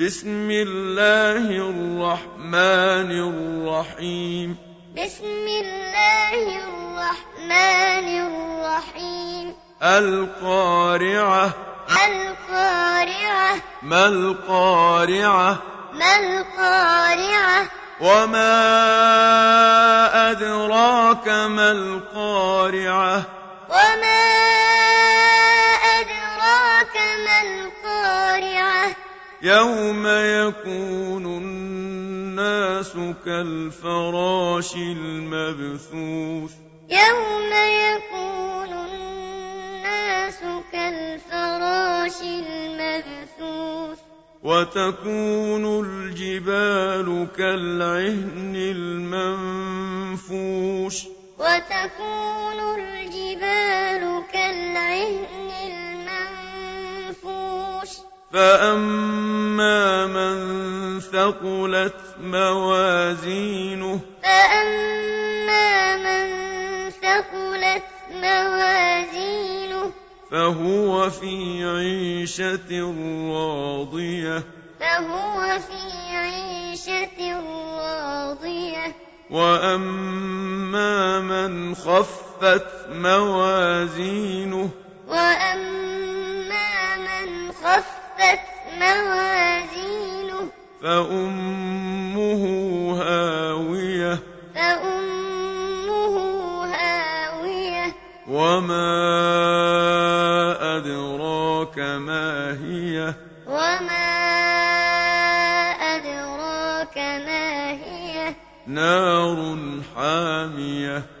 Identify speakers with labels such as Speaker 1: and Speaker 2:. Speaker 1: بسم الله الرحمن الرحيم
Speaker 2: بسم الله الرحمن الرحيم
Speaker 1: القارعة
Speaker 2: القارعة
Speaker 1: ما القارعة
Speaker 2: ما القارعة
Speaker 1: وما أدراك ما القارعة
Speaker 2: وما أدراك ما القارعة
Speaker 1: يوم يكون الناس كالفراش المبثوث
Speaker 2: يوم يكون الناس كالفراش المبثوث
Speaker 1: وتكون الجبال كالعهن المنفوش
Speaker 2: وتكون الجبال كالعهن المنفوش
Speaker 1: فأما من ثقلت موازينه
Speaker 2: فأما من ثقلت موازينه
Speaker 1: فهو في عيشة راضية
Speaker 2: فهو في عيشة راضية
Speaker 1: وأما من خفت موازينه
Speaker 2: وأما من خفت موازينه
Speaker 1: فأمه هاوية
Speaker 2: فأمه هاوية
Speaker 1: وما أدراك ما هي
Speaker 2: وما أدراك ما هي
Speaker 1: نار حامية